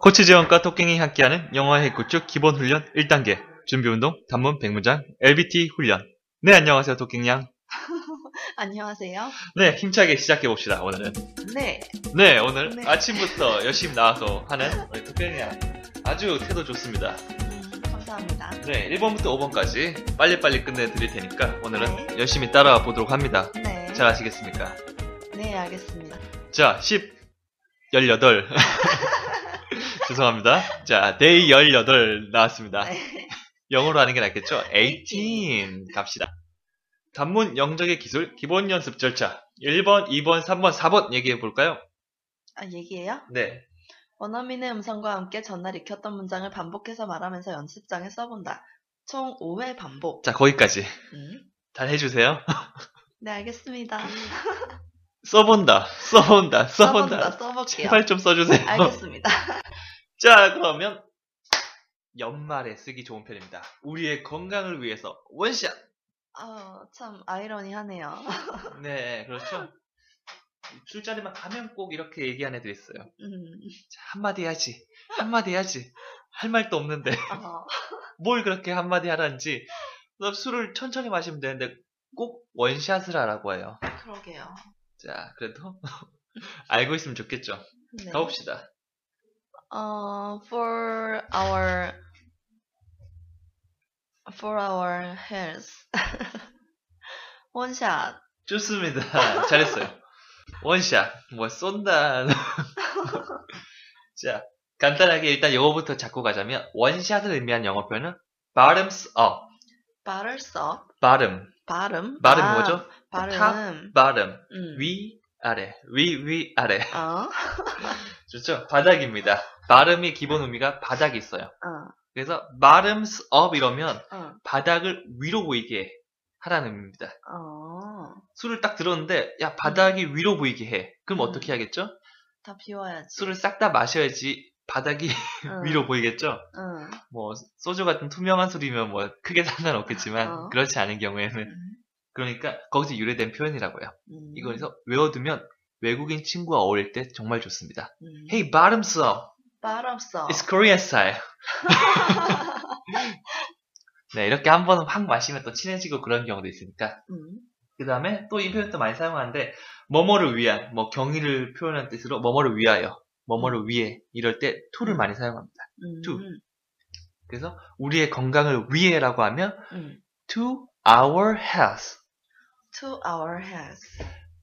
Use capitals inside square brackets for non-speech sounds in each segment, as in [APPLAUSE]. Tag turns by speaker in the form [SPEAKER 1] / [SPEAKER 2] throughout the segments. [SPEAKER 1] 코치 재원과 토깽이 함께하는 영어 해구축 기본 훈련 1단계 준비 운동 단문 백문장 LBT 훈련. 네, 안녕하세요, 토깽이 양.
[SPEAKER 2] 안녕하세요.
[SPEAKER 1] 네, 힘차게 시작해 봅시다, 오늘은.
[SPEAKER 2] 네.
[SPEAKER 1] 네, 오늘
[SPEAKER 2] 네.
[SPEAKER 1] 아침부터 열심히 나와서 하는 우리 토깽이 양. 아주 태도 좋습니다.
[SPEAKER 2] 음, 감사합니다.
[SPEAKER 1] 네, 1번부터 5번까지 빨리빨리 끝내 드릴 테니까 오늘은
[SPEAKER 2] 네.
[SPEAKER 1] 열심히 따라와 보도록 합니다.
[SPEAKER 2] 네.
[SPEAKER 1] 잘 아시겠습니까?
[SPEAKER 2] 네, 알겠습니다.
[SPEAKER 1] 자, 10, 18. [LAUGHS] 죄송합니다. 자, day 18 나왔습니다.
[SPEAKER 2] 네.
[SPEAKER 1] 영어로 하는 게 낫겠죠? 18 갑시다. 단문 영적의 기술 기본 연습 절차 1번, 2번, 3번, 4번 얘기해 볼까요?
[SPEAKER 2] 아, 얘기해요?
[SPEAKER 1] 네.
[SPEAKER 2] 원어민의 음성과 함께 전날 익혔던 문장을 반복해서 말하면서 연습장에 써본다. 총 5회 반복.
[SPEAKER 1] 자, 거기까지
[SPEAKER 2] 음.
[SPEAKER 1] 잘 해주세요. [LAUGHS]
[SPEAKER 2] 네, 알겠습니다.
[SPEAKER 1] 써본다, 써본다,
[SPEAKER 2] 써본다,
[SPEAKER 1] 써본다.
[SPEAKER 2] 써볼게요.
[SPEAKER 1] 제발 좀 써주세요.
[SPEAKER 2] 알겠습니다.
[SPEAKER 1] [LAUGHS] 자, 그러면 연말에 쓰기 좋은 편입니다. 우리의 건강을 위해서 원샷.
[SPEAKER 2] 어, 참 아이러니하네요.
[SPEAKER 1] 네, 그렇죠. 술자리만 가면 꼭 이렇게 얘기하는 애들 있어요.
[SPEAKER 2] 음.
[SPEAKER 1] 자, 한마디 해야지, 한마디 해야지. 할 말도 없는데.
[SPEAKER 2] 어,
[SPEAKER 1] 뭘 그렇게 한마디 하라는지 그래서 술을 천천히 마시면 되는데 꼭 원샷을 하라고 해요.
[SPEAKER 2] 그러게요.
[SPEAKER 1] 자, 그래도 [LAUGHS] 알고 있으면 좋겠죠.
[SPEAKER 2] 네.
[SPEAKER 1] 가봅시다.
[SPEAKER 2] 어, for our for our health. [LAUGHS] 원샷.
[SPEAKER 1] 좋습니다. [LAUGHS] 잘했어요. 원샷, 뭐 쏜다. [LAUGHS] 자, 간단하게 일단 영어부터 잡고 가자면 원샷을 의미한 영어 표현은 bottoms up.
[SPEAKER 2] 발을 써.
[SPEAKER 1] bottom,
[SPEAKER 2] 발음.
[SPEAKER 1] bottom
[SPEAKER 2] 아,
[SPEAKER 1] 뭐죠?
[SPEAKER 2] 발음.
[SPEAKER 1] bottom,
[SPEAKER 2] 음.
[SPEAKER 1] 위 아래, 위 위 아래.
[SPEAKER 2] 어.
[SPEAKER 1] 좋죠? 바닥입니다. 발음의 기본 의미가 바닥이 있어요.
[SPEAKER 2] 어.
[SPEAKER 1] 그래서 bottoms up 이러면
[SPEAKER 2] 어.
[SPEAKER 1] 바닥을 위로 보이게 하라는 의미입니다.
[SPEAKER 2] 어.
[SPEAKER 1] 술을 딱 들었는데 야 바닥이 위로 보이게 해. 그럼
[SPEAKER 2] 음.
[SPEAKER 1] 어떻게 하겠죠?
[SPEAKER 2] 다
[SPEAKER 1] [LAUGHS]
[SPEAKER 2] 비워야지.
[SPEAKER 1] 술을 싹 다 마셔야지 바닥이 [LAUGHS]
[SPEAKER 2] 응,
[SPEAKER 1] 위로 보이겠죠?
[SPEAKER 2] 응.
[SPEAKER 1] 뭐 소주 같은 투명한 술이면 뭐 크게 상관없겠지만
[SPEAKER 2] 어.
[SPEAKER 1] 그렇지 않은 경우에는 그러니까 거기서 유래된 표현이라고요.
[SPEAKER 2] 음.
[SPEAKER 1] 네. 이거 그래서 외워두면 외국인 친구와 어울릴 때 정말 좋습니다.
[SPEAKER 2] 음.
[SPEAKER 1] Hey bottoms up,
[SPEAKER 2] 발음 써.
[SPEAKER 1] it's Korean style. 네 이렇게 한 번 확 마시면 또 친해지고 그런 경우도 있으니까
[SPEAKER 2] 음.
[SPEAKER 1] 그 다음에 또 이 표현도 많이 사용하는데 뭐뭐를 위한 뭐 경의를 표현한 뜻으로 뭐뭐를 위하여 뭐뭐를 위해 이럴 때 to를 많이 사용합니다.
[SPEAKER 2] 음.
[SPEAKER 1] to. 그래서 우리의 건강을 위해라고 하면
[SPEAKER 2] 음.
[SPEAKER 1] to our health
[SPEAKER 2] To our health.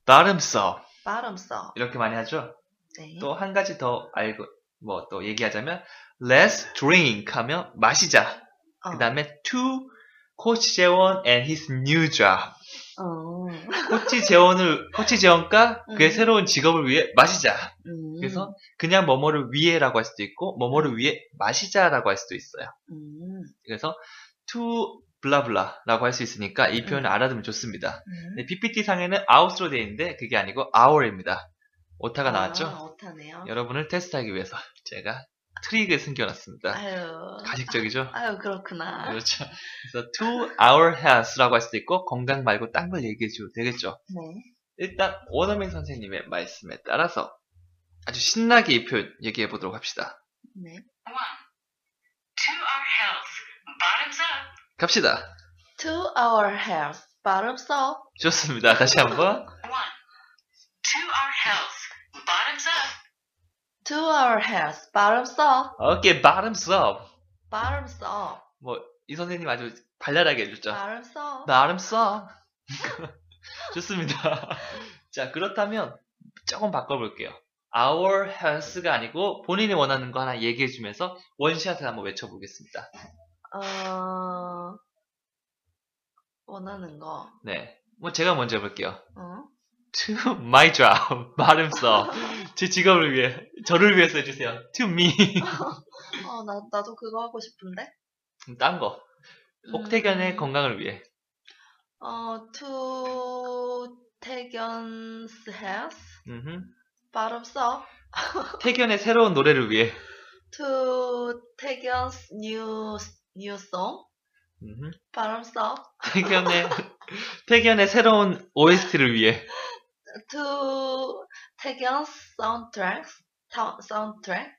[SPEAKER 1] 나름 써
[SPEAKER 2] 발음 써.
[SPEAKER 1] 이렇게 많이 하죠.
[SPEAKER 2] 네.
[SPEAKER 1] 또 한 가지 더 알고 뭐 또 얘기하자면 let's drink 하면 마시자.
[SPEAKER 2] 어.
[SPEAKER 1] 그 다음에 to 코치 재원 and his new job
[SPEAKER 2] 어.
[SPEAKER 1] 코치 재원을 코치 재원과 그의
[SPEAKER 2] 음.
[SPEAKER 1] 새로운 직업을 위해 마시자.
[SPEAKER 2] 음.
[SPEAKER 1] 그래서 그냥 뭐뭐를 위해라고 할 수도 있고 뭐뭐를 위해 마시자라고 할 수도 있어요.
[SPEAKER 2] 음.
[SPEAKER 1] 그래서 to 블라블라라고 할 수 있으니까 이 표현을 알아두면 좋습니다.
[SPEAKER 2] 음.
[SPEAKER 1] 네, PPT 상에는 out로 되어 있는데 그게 아니고 hour입니다. 오타가 나왔죠?
[SPEAKER 2] 아, 못하네요.
[SPEAKER 1] 여러분을 테스트하기 위해서 [LAUGHS] 제가 트릭을 숨겨놨습니다.
[SPEAKER 2] 아유.
[SPEAKER 1] 가식적이죠?
[SPEAKER 2] 아유 그렇구나.
[SPEAKER 1] 그렇죠. 그래서 to our health라고 할 수도 있고 건강 말고 딴 걸 얘기해 줘도 되겠죠.
[SPEAKER 2] 네.
[SPEAKER 1] 일단 원어민 선생님의 말씀에 따라서 아주 신나게 이 표현 얘기해 보도록 합시다.
[SPEAKER 2] 네.
[SPEAKER 3] To our health. Bottoms up.
[SPEAKER 1] 갑시다.
[SPEAKER 2] To our health. 발음 써.
[SPEAKER 1] 좋습니다. 다시 한번.
[SPEAKER 2] [LAUGHS]
[SPEAKER 3] One. To our health. Bottoms up.
[SPEAKER 2] To our health. 발음 써.
[SPEAKER 1] 오케이, bottom up.
[SPEAKER 2] 발음 써.
[SPEAKER 1] 이 선생님 아주 발랄하게 해줬죠.
[SPEAKER 2] 발음 써.
[SPEAKER 1] bottom up. [LAUGHS] 좋습니다. 자, 그렇다면 조금 바꿔볼게요. Our health가 아니고 본인이 원하는 거 하나 얘기해주면서 원샷을 한번 외쳐보겠습니다.
[SPEAKER 2] 어... 원하는 거.
[SPEAKER 1] 네. 뭐 제가 먼저 해볼게요.
[SPEAKER 2] 어?
[SPEAKER 1] To my job. [LAUGHS] bottom up. 제 직업을 위해, 저를 위해서 해주세요. To me. [LAUGHS]
[SPEAKER 2] 어, 나, 나도 그거 하고 싶은데?
[SPEAKER 1] 딴 거.
[SPEAKER 2] 음,
[SPEAKER 1] 옥태견의 건강을 위해.
[SPEAKER 2] 어, to 태견's health.
[SPEAKER 1] 음흠.
[SPEAKER 2] 발음 써.
[SPEAKER 1] 태견의 새로운 노래를 위해.
[SPEAKER 2] To 태견's new, new song.
[SPEAKER 1] 음흠.
[SPEAKER 2] 발음 써.
[SPEAKER 1] 태견의 [LAUGHS] 태견의 새로운 OST를 위해
[SPEAKER 2] To 태견's soundtrack. 사- soundtrack.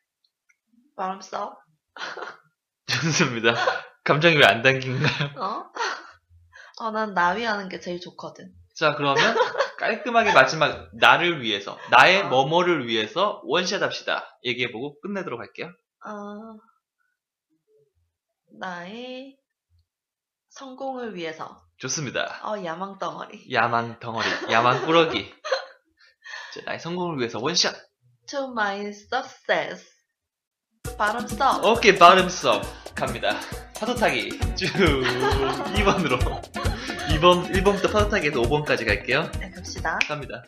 [SPEAKER 2] 바람 써.
[SPEAKER 1] [LAUGHS] 좋습니다. 감정이 왜 안 당긴가요?
[SPEAKER 2] 어? [LAUGHS] 어, 난 나위 하는 게 제일 좋거든.
[SPEAKER 1] 자, 그러면 깔끔하게 마지막 나를 위해서, 나의
[SPEAKER 2] 아.
[SPEAKER 1] 뭐뭐를 위해서 원샷 합시다. 얘기해보고 끝내도록 할게요.
[SPEAKER 2] 어, 나의 성공을 위해서.
[SPEAKER 1] 좋습니다.
[SPEAKER 2] 어, 야망덩어리.
[SPEAKER 1] 야망 덩어리, 야망 꾸러기. 자, 나의 성공을 위해서 원샷.
[SPEAKER 2] To my success. 바람 써.
[SPEAKER 1] 오케이, 발음 수업 갑니다. 파도타기 쭉 [LAUGHS] 2번으로. 2번, 1번부터 파도타기에서 5번까지 갈게요.
[SPEAKER 2] 네, 갑시다.
[SPEAKER 1] 갑니다.